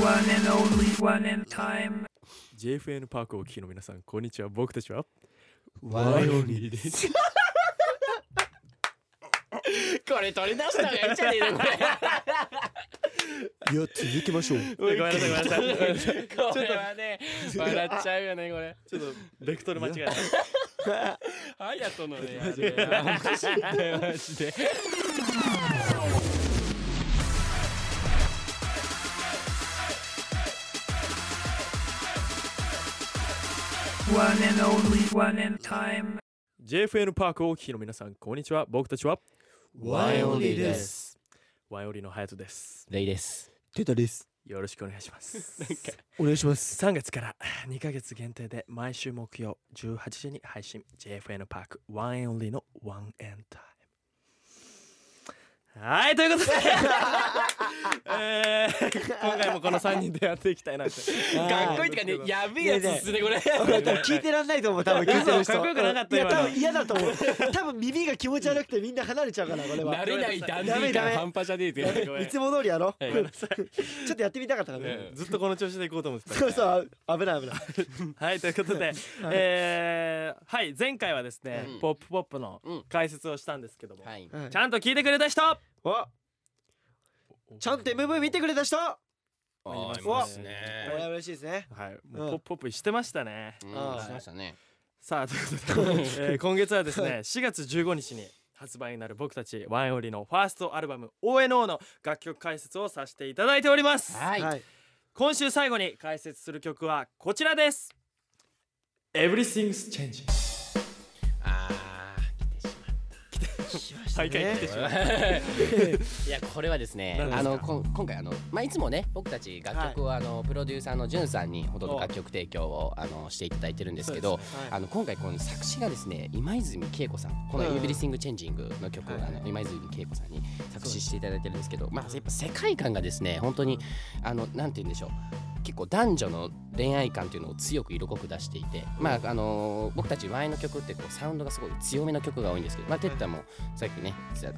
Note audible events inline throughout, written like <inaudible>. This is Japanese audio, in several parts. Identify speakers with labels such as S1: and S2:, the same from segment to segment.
S1: One and only one in time.
S2: JFN パークをお聞きの皆さん、こんにちは。僕たちは
S3: ワイオ
S2: リーです。
S4: これ取り出した方がいいんじゃねえのこれ。
S3: いや続けましょう
S2: ごめんなさい、ごめんなさい。
S4: これはね、笑っちゃうよね、これ。
S2: ちょっとベクトル間違えた。
S4: ハヤトのね、あれマジで、マジで。。
S1: One and only one in time.
S2: JFN パークをお聞きの皆さん、こんにちは。僕たちは
S3: ワイオリーです
S2: ワイオリのハヤトです。
S4: レイです。
S3: テタです
S2: よろしくお願いします。
S3: お願いします
S2: 3月から2ヶ月限定で毎週木曜18時に配信 JFN パーク One and Only の One and Time はいという
S3: <laughs>
S2: ことで、えー今回もこの3人でやっていきたいなって
S4: かっこいいってかね、やべえやつですね、これ。
S3: 俺多分聞いてらんないと思う多分聞いてる人
S2: 嘘かっこよくなかった
S3: いや
S2: 今の
S3: 多分嫌だと思う多分耳が気持ち悪くてみんな離れちゃうからこれは
S4: 慣れないダンデ
S3: ダ
S4: ィ
S3: メ
S4: ー
S3: ダ
S4: 感
S3: メ
S4: 半端じゃねえってね。
S3: いつも通りやろち
S4: はい
S3: ょっとやってみたかったからね
S2: <laughs>
S4: ね
S2: ずっとこの調子でいこうと思ってた
S3: そうそう危ない危ない
S2: はいということで、えーはい前回はですね、
S4: うん
S2: ポップポップの
S4: うん
S2: 解説をしたんですけども、
S4: はい。
S3: はい
S2: ちゃんと聞いてくれた人
S3: おちゃんと MV 見てくれた人
S4: ああ、い
S3: わ
S4: ますね
S3: こ。れは嬉しいですね
S2: はいもうポップポップしてましたね、
S4: うん
S3: あー
S4: しましたね。
S2: さあということで、えー今月はですね4月15日に発売になる僕たちワンオリのファーストアルバム ONO の楽曲解説をさせていただいております
S4: はい。
S3: はい
S2: 今週最後に解説する曲はこちらです Everything's Changing
S4: ああ、来てしまっ
S2: 大会来てしまう
S4: <laughs> いやこれはですね
S2: 何ですか
S4: あのこん今回あの、まあ、いつもね僕たち楽曲を、あのプロデューサーのじゅんさんにほとんど楽曲提供をあのしていただいてるんですけど
S3: すねはい
S4: あの今回この作詞がですね今泉恵子さんこの「
S3: うん
S4: エブリシング・チェンジング」の曲を、
S2: はい
S4: あの今泉恵子さんに作詞していただいてるんですけど、まあ、やっぱ世界観がですね本当にあのなんて言うんでしょう結構男女の恋愛感というのを強く色濃く出していて、まああの僕たち Y の曲ってこうサウンドがすごい強めの曲が多いんですけど、まあ、テッタもさっきね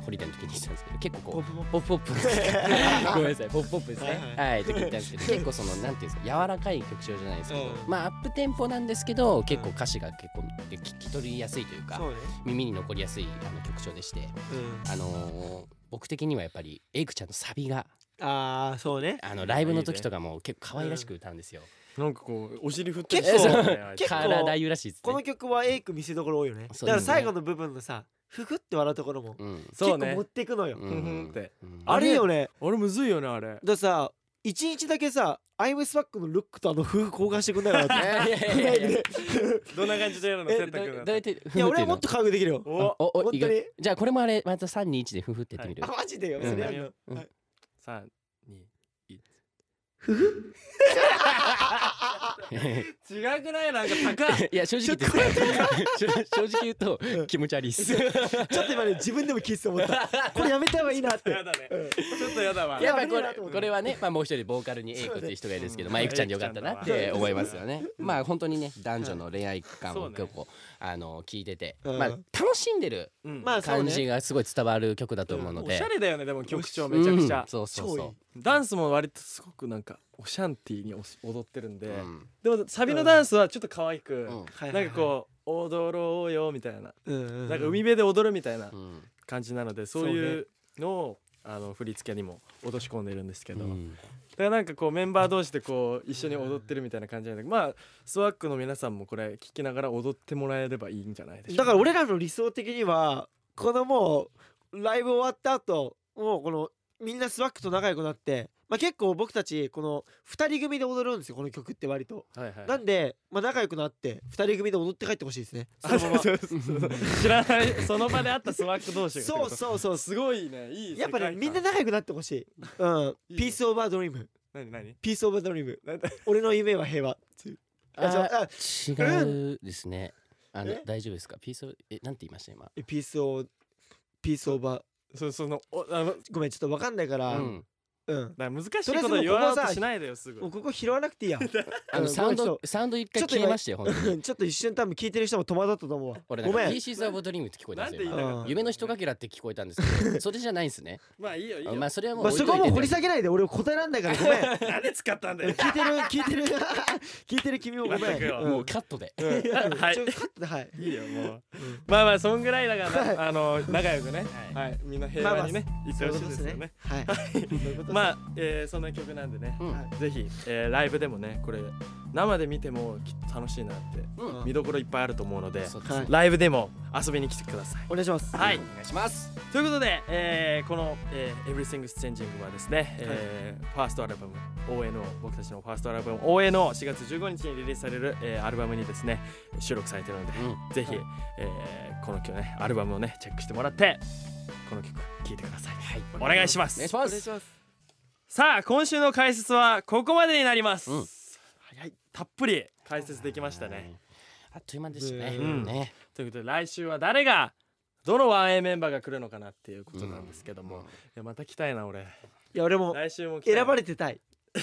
S4: ホリデーの時に言ってたんですけど結構こうポップポップ <laughs> ごめんなさいポップポップですねはいと言ったんですけど <laughs> 結構そのなんていうんですか柔らかい曲調じゃないですけど、
S3: うん
S4: まあアップテンポなんですけど結構歌詞が結構聞聞き取りやすいというか
S3: そうね
S4: 耳に残りやすいあの曲調でして
S3: うん
S4: あのー僕的にはやっぱりエイクちゃんのサビが
S3: ああそうね
S4: あのライブの時とかも結構可愛らしく歌うんですよ。
S2: なんかこうお尻振って
S3: 結構
S2: 結
S3: 結構
S4: 体ゆらしいです
S3: この
S4: ね。
S3: 曲はエイク見せどころ多いよね
S4: そう
S3: だから
S4: ですね
S3: 最後の部分のさふふって笑うところも
S4: うん
S3: 結
S2: そう
S3: 構
S2: ね
S3: 持ってくのよ
S4: う
S2: ふんふんって
S4: うん
S2: あ
S3: あれよね
S2: あれむずいよねあれ
S3: ださ一日だけさアイムスパックのルックとあの夫婦交換してくんないかなっ
S4: いやい
S3: て
S4: やい
S3: フラ
S4: や
S3: イ
S4: い
S3: ブ
S4: や
S3: で
S2: どんな感じでやるの
S3: え
S2: セ
S4: え
S2: ッタ君
S4: だだいたい
S3: いや俺はもっ
S4: と
S3: と覚悟できるよ
S2: お
S4: おお
S3: 本
S4: 意
S3: 当
S4: 外
S3: に
S4: じゃあこれもあれまた三二一でふふってやってみる
S3: あ。マジでよ
S4: うん
S3: それやるの
S4: うん
S3: はい
S2: 三二一違くないなんか高い
S4: いや正直言って正直言うと気持ち悪いっす。
S3: ちょっと今ね自分でも聞いてて
S4: <laughs>
S3: 思ったこれやめた方がいいなって
S2: やだねちょっとやだわ
S4: やっぱ
S3: 危ね
S4: こ
S3: えなと思
S4: れ
S3: って
S4: これはね、まあ、もう一人ボーカルにエイクっていう人がいるんですけど、まあ、エイクちゃんでよかったなって思いますよね。まあ本当にね男女の恋愛感
S2: そ
S4: を
S2: うね
S4: 結構、あの聞いてて、
S3: うん
S4: まあ、楽しんでる
S2: うん
S3: まあそう
S4: 感じ
S3: ね
S4: がすごい伝わる曲だと思うの
S2: お
S4: で
S2: しゃ。れだよねでも曲調めちゃくち
S4: う
S2: ゃ
S4: ん、そうそう
S3: 超い
S4: そ
S3: いう
S2: ダンスも割とすごくなんかオシャンティーにおし踊ってるんで、
S4: うん
S2: でもサビのダンスはちょっと可愛く、
S4: うん
S3: はいは
S2: ないんかこう踊ろうよみたいな、
S3: ううん
S2: なんか海辺で踊るみたいな
S4: うん
S2: 感じなのでそういうのをあの振り付けにも落とし込んでるんですけど、だからなんかこうメンバー同士でこう一緒に踊ってるみたいな感じなんでまあスワックの皆さんもこれ聞きながら踊ってもらえればいいんじゃないでしょ
S3: だ
S2: う
S3: から俺らの理想的にはこのもうライブ終わった後もうこのみんなスワックと仲良くなってまあ結構僕たちこの二人組で踊るんですよこの曲って割と
S2: はいはい
S3: なんでまあ仲良くなって二人組で踊って帰ってほしいですねそ
S2: あ
S3: のま
S2: そう
S3: ま
S2: そうそうそう知らないその場で会ったスワック同士がってこ
S3: そう
S2: と
S3: そうそう
S2: すごいねいい
S3: やっぱねみんな
S2: な
S3: 仲良くなってほしい。うん。
S2: いいね
S3: ピースオブアドリーム。
S2: 何何
S3: ピースオブアドリーム。
S2: なんだ
S3: 俺の夢は平和。あじゃああ
S4: 違うですね。あの
S3: え
S4: 大丈夫ですか？ピースオブえなんて言いました今？
S3: ピースオブピースオブア
S2: そそのおあの
S3: ごめんちょっとわかんないから、
S4: うん
S3: うん
S2: だから難しいこと言わ
S3: とりあえずもうここ
S2: な
S3: さ
S2: しないでよすぐ
S3: もうここ拾わなくていいや
S4: あの
S3: うん
S4: サウン
S3: ごめんちょ
S4: ド
S3: っ
S4: サウンド一回
S3: ちょっと
S4: 消
S3: 今
S4: えましたよ本当に
S3: と <laughs> ちょっと一瞬多分聞いてる人も戸惑ったと思うわ
S4: 俺なん
S3: ご
S4: か
S3: めん
S4: Pieces of a Dream って聞こえた
S2: なん
S4: ん
S2: て
S4: です
S2: 言いたかっ
S4: よ
S2: た
S3: う
S2: の
S3: ん
S4: 夢の人かけらって聞こえたんですけ
S3: <laughs>
S4: どそれじゃないんですね
S2: まあいいよいい
S4: あ
S2: よ
S4: まあそれはもう
S3: まあ、
S4: 置い
S3: そ
S4: と
S3: こ
S4: い
S3: は
S4: て
S3: もう掘り
S4: ね
S3: 下げないで俺答えらんないからごめん
S2: <laughs> なんで使ったんだよ
S3: 聞いてる聞いてる <laughs> 聞いてる君もごめん、
S2: 全くよ
S3: ん
S4: もうカットで
S2: うんはい
S3: ちょカットではい
S2: いいよもう
S3: うん
S2: まあまあそんぐらいだか
S3: はい
S2: らあの仲良くね
S4: は
S2: はいみんな平和にね行っ
S3: そ
S2: て
S3: ういう
S2: ほ
S3: こ
S2: し
S3: と
S2: いですよ
S3: ですね
S2: ね
S3: はい
S2: まあえーそんな曲なんでね
S4: うん
S3: はい
S2: ぜひえーライブでもねこれ生で見てもきっと楽しいなって
S4: うん
S2: 見どころいっぱいあると思うので
S4: そうですね
S3: はい
S2: ライブでも遊びに来てください
S3: お願いします
S2: はい
S4: お願いします
S2: ということで、えーこの、えー、Everything's Changing はですね、えーファーストアルバム ONO 僕たちのファーストアルバム ONO4 月15日にリリースされる、えーアルバムにですね収録されてるので、
S4: う
S2: ぜひ、
S3: はい
S2: えーこの曲ねアルバムをねチェックしてもらってこの曲聴いてください、
S4: はい
S2: お願いします
S4: お願いしま
S3: お願いし
S4: す
S3: ます
S2: さあ今週の解説はここまでになります、
S4: うん
S2: 早いたっぷり解説できましたね
S4: あっという間でしたね
S3: うん
S4: ね
S2: ということで来週は誰がどの 1A メンバーが来るのかなっていうことなんですけども、
S4: うん
S2: いやまた来たいな俺
S3: いや俺も
S2: 来週も来たいな
S3: 選ばれてたい
S2: 来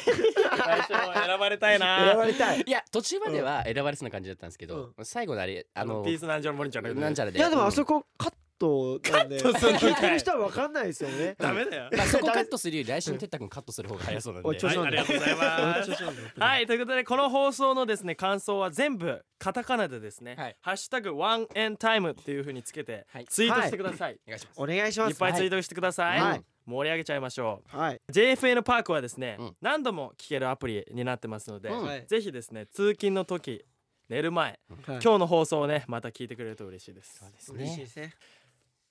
S2: 週も選ばれたい
S3: 選
S2: な。
S3: ばれたい
S4: いや途中までは選ばれそうな感じだったんですけど最後のあれあ
S2: あの
S4: の
S2: ピースなんじゃらもりちゃん
S4: なんちゃらで
S3: いやでもあそ
S4: こ
S3: こカットなんで
S2: カットするのかい
S3: 聞いてる人は分かんないですよね
S2: ダメだよ。
S4: まあそこカットするより来週のてったくんカットする方が早そうなんで
S3: おいちょ
S2: はい、
S3: っ
S2: ありがとうございます。はい、ということで、この放送のですね、感想は全部カタカナでですね。
S4: はい
S2: ハッシュタグワンエンタイムっていう風につけて
S4: はい、
S2: ツイートしてください。
S4: お願いします
S3: お願いしま
S2: い、っ
S3: す
S2: ぱいツイートしてください。
S3: はい
S2: 盛り上げちゃいましょう。
S3: はい
S2: JFN パークはですね、
S4: うん
S2: 何度も聴けるアプリになってますので、
S4: うん
S3: はい
S2: ぜひですね通勤の時寝る前、
S3: 今
S2: 今日の放送をねまた聞いてくれると嬉しいです
S4: そうです
S3: 嬉しい
S4: ね
S3: ですね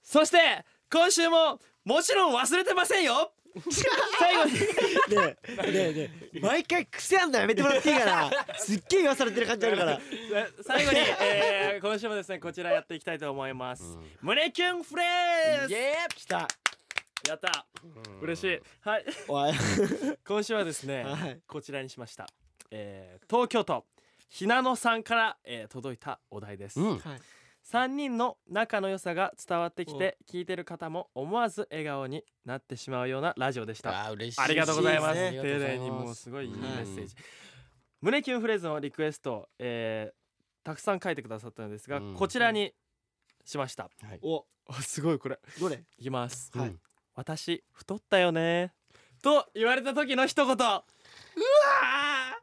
S2: そして今週ももちろん忘れてませんよ最後
S4: <laughs>
S2: に
S3: ねえねえねえ毎回癖あんのやめてもらっていいかなすっげえ言わされてる感じあるから
S2: え最後に、えー、今週もですねこちらやっていきたいと思います、胸キュンフレーズ
S4: イエ
S3: 来た
S2: やった
S4: ー
S2: 嬉しいはい <laughs>
S3: おい
S2: 今週はですね、
S3: はい
S2: こちらにしました、えー、東京都ひなのさんから、えー、届いたお題です、
S4: うん
S3: はい
S2: 3人の仲の良さが伝わってきて聞いてる方も思わず笑顔になってしまうようなラジオでした
S4: あー嬉しい
S2: ありがとうございます。
S4: 嬉
S2: 丁
S4: しですね
S2: 寧にもうすごいいいメ
S3: はい
S2: ッセージ。胸キュンフレーズのリクエスト、えー、たくさん書いてくださったのですが、
S4: うん
S2: こちらにしました。
S4: はい
S3: お
S2: あすごいこれ。
S3: どれ
S2: いきます。
S3: はい
S4: うん
S2: 私太ったよね。と言われた時の一言。うわ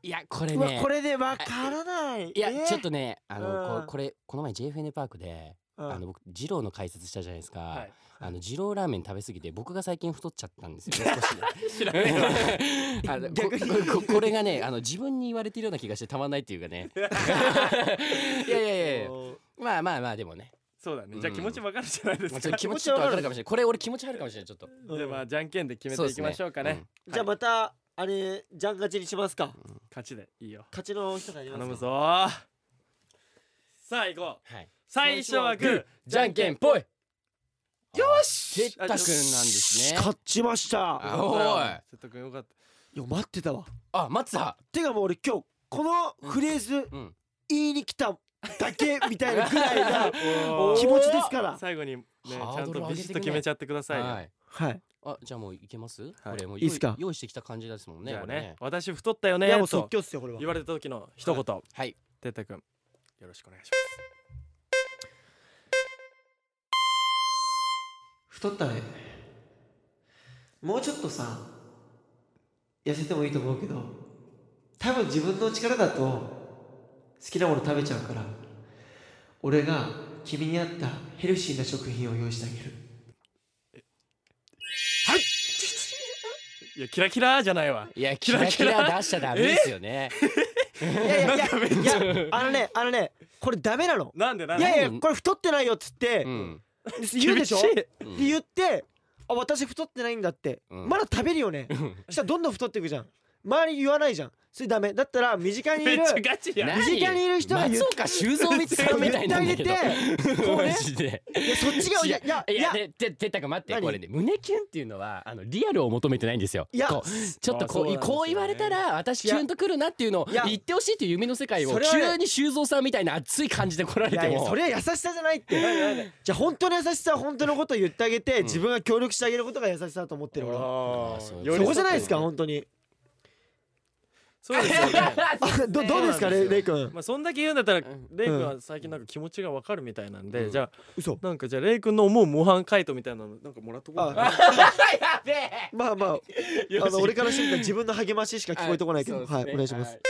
S4: いやこれ
S3: うわ
S4: ね
S3: これでわからない
S4: いや、
S3: えー
S4: ちょっとねあの、
S3: うん
S4: ここれこの前 JFN パークで、
S3: うん
S4: あの僕二郎の解説したじゃないですか、
S2: ー。はい。
S4: あの二郎ラーメン食べ過ぎて僕が最近太っちゃったんです
S2: <laughs>
S4: よね
S2: 知ら
S4: 少
S2: ない
S4: し <laughs> あのこ
S3: 逆
S4: ここれがねあの自分に言われてるような気がしてたまんないっていう
S2: <laughs>
S4: かねいやいやいや
S3: お
S4: まあまあまあでもね
S2: そうだね。
S4: うん
S2: じゃあ気持ちわかるじゃないです
S4: まあ
S2: か。
S4: ちょっと気持ちちょっとわかるかもしれないこれ俺気持ちあるかもしれないちょっと
S3: ー
S2: でまあじゃんけんで決めていきましょうかね。
S3: じゃあまたあれジャン勝ちにしますか
S2: 勝ちでいいよ。
S3: 勝ちの人がいます
S2: 頼
S3: か
S2: むぞー。さあ行こう。
S4: うんはい
S2: 最初はグー、
S4: じゃんけんぽいよしてったくんなんで
S2: よ
S4: すね
S3: 勝ちました
S4: あおい
S2: 瀬戸君よかった。
S3: いや待ってたわ
S4: あ待ってた
S3: てかもう俺今日このフレーズ
S4: うん
S3: 言いに来ただけみたいなぐらい
S2: お
S3: な
S2: ー
S3: 気持ちです <laughs> から
S2: 最後にねち
S4: ハ
S2: ゃ
S4: ー
S2: ん
S4: ドル
S2: と
S4: 上
S2: ビ
S4: げ
S2: シッ
S4: てくね
S2: と決めちゃってくださいね、
S4: はい
S3: はい
S4: あじゃあもういけます、これもう
S3: いいっすか
S4: 用意してきた感じですもんね
S2: じゃあ
S4: これ
S2: ね私太ったよ
S3: い
S2: ね
S3: やもう
S2: と
S3: 即興っすよこれは
S2: 言われた時の一言
S4: はい
S2: てったくんよろしくお願いし
S3: 太ったねもうちょっとさ痩せてもいいと思うけど多分自分の力だと好きなもの食べちゃうから俺が君に合ったヘルシーな食品を用意してあげる
S2: ますいやキラキラじゃないわ
S4: いや、
S2: キ
S4: キ
S2: ラ
S4: ラ
S2: キ
S4: キ
S2: ラ
S4: ラ出しちゃダメです
S2: <laughs>
S4: よね。
S3: いやいやいやいやあのねあのねこれダメなの
S2: なんでなんで
S3: いやいや
S4: 何
S3: これ太ってないよっつって
S4: うん。
S3: 言うでしょ
S2: 厳しい
S3: って言ってあ私太ってないんだって
S4: うん
S3: まだ食べるよねそしたらどんどん太っていくじゃん周りに言わないじゃんそれダメだったら身近に
S4: <laughs>
S3: い
S2: めっ
S3: る
S2: ちゃガチやん
S3: 身近にいる人が言う
S4: 松岡修造みたいみたいなんだけど
S3: 言ってあげてこうね
S4: マジで
S3: いやそっちがいやいや
S4: い
S3: い
S4: や
S3: や
S4: ででてったく待って
S3: 何
S4: これね胸キュンっていうのはあのリアルを求めてないんですよ
S3: いや
S4: こうちょっとこ
S2: あそう
S4: う
S2: なんですよね
S4: こう言われたら私キュンとくるなっていうのを
S3: いや
S4: 言ってほしいっていう夢の世界を
S3: それはね
S4: 急に修造さんみたいな熱い感じで来ら
S3: い
S4: れ
S3: や
S4: て
S3: いやそ
S4: も
S3: れは優しさじゃないってじゃあ本当の優しさは本当のことを言ってあげて、自分が協力してあげることが優しさだと思ってる俺は
S2: あー
S4: そう
S2: 寄り添って
S3: そ
S2: る
S3: こじゃないですか本当に
S2: そうですよ
S3: <laughs>
S2: ね
S3: あどどうですかレイレイ君
S2: まあそんだけ言うんだったら
S4: ん
S2: レイ君は最近なんか気持ちがわかるみたいなんで、じゃあ
S3: 嘘
S2: なんかじゃあレイ君の思う模範回答みたいなのなんかもらっとこうかな
S3: あ
S4: <laughs> やべえ
S3: まあまああの俺からしてみたら自分の励まししか聞こえてこないけど
S4: あ
S3: は
S4: そうで
S3: い、
S4: すね
S3: お願いします、
S4: は <laughs>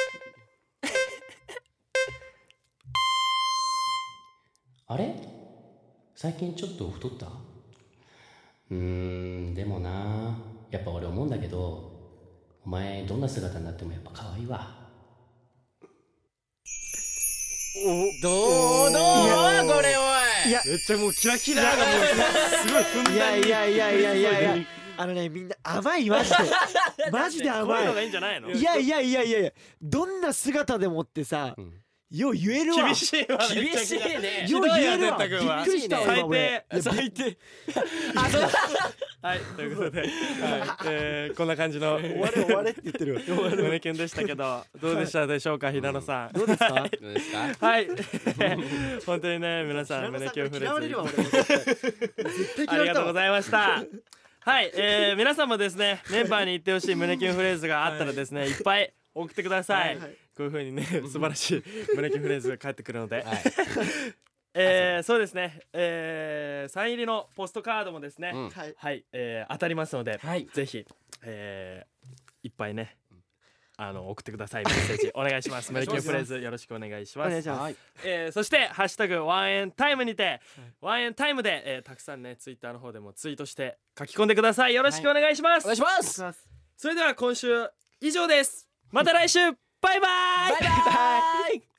S4: あれ最近ちょっと太ったうーんでもなやっぱ俺思うんだけどお前どんな姿になってもやっぱ可愛いわどうどうこれおい
S2: めっちゃもうキラキラがもうすごいふんだん
S3: い
S2: に
S3: やいやいやいやいやい
S2: <laughs>
S3: や
S2: こ
S3: あのねみんな甘いマジで
S2: <laughs>
S3: マジで
S2: う
S3: 甘
S2: いうのがい
S3: い
S2: いんじゃないの
S3: いやいやいやいやいやどんな姿でもってさ、
S4: ん
S3: よう言えるわ
S2: 厳しいわめっ
S4: 厳し
S2: ちゃ
S4: いね
S3: よう言えるわ
S2: ひどいよ哲太君は
S3: びっくりしたわ今俺
S2: 最低最低はいということで、はいえーこんな感じの
S3: 終われ終われって言ってるわ
S2: 胸キュンでしたけどどうでしたでしょうかひなのさん
S3: どう <laughs> ですか
S4: どうですか
S2: はい本当にね皆さん胸キュンフレ
S3: 嫌われるわ
S2: ーズ
S3: 俺 <laughs> 絶対
S2: あ
S3: 嫌わ
S2: り
S3: れ
S2: が
S3: た
S2: とう
S3: わ
S2: ございま <laughs> したはい、えー、皆さんもですねメンバーに言ってほしい胸キュンフレーズがあったらですね、い、っぱい送ってください、こういう風にね素晴らしい胸キュンフレーズが返ってくるので、
S4: はい
S2: <laughs> えー、そうですね、えー、サイン入りのポストカードもですね、
S4: うん
S3: はい
S2: はい、えー、当たりますので、
S4: はい
S2: ぜひ、えー、いっぱいねあの送ってくださいメッセージ <laughs> お願いします胸キュンフレーズよろしくお願いし
S3: お
S2: ます
S3: 願いします
S4: はい
S2: えーそして「ハッシュタグワンエンタイム」にて、ワンエンタイムで、えーたくさんねツイッターの方でもツイートして書き込んでくださいよろしくお願いします、
S4: お願いしますバ
S2: それでは今週以上ですまた来週バイバイ
S4: イバイ